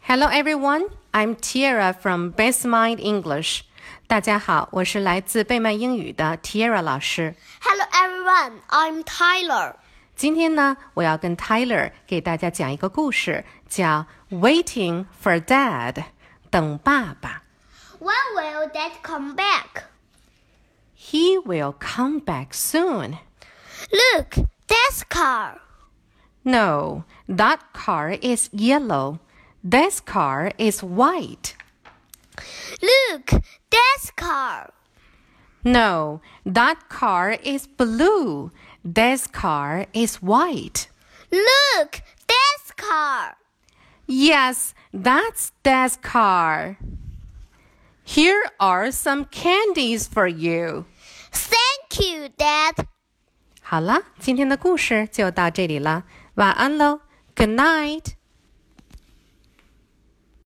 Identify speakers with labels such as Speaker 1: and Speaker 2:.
Speaker 1: Hello everyone, I'm Tiara from Best Mind English. 大家好，我是来自贝麦英语的 Tiara 老师。
Speaker 2: Hello everyone, I'm Tyler.
Speaker 1: 今天呢，我要跟 Tyler 给大家讲一个故事，叫《Waiting for Dad》，等爸爸。
Speaker 2: When will Dad come back?
Speaker 1: He will come back soon.
Speaker 2: Look, Dad's car.
Speaker 1: No, that car is yellow. This car is white.
Speaker 2: Look, Dad's car.
Speaker 1: No, that car is blue. This car is white.
Speaker 2: Look, Dad's car.
Speaker 1: Yes, that's Dad's car. Here are some candies for you.
Speaker 2: Thank you, Dad.
Speaker 1: 好了，今天的故事就到这里了，晚安喽，Good night。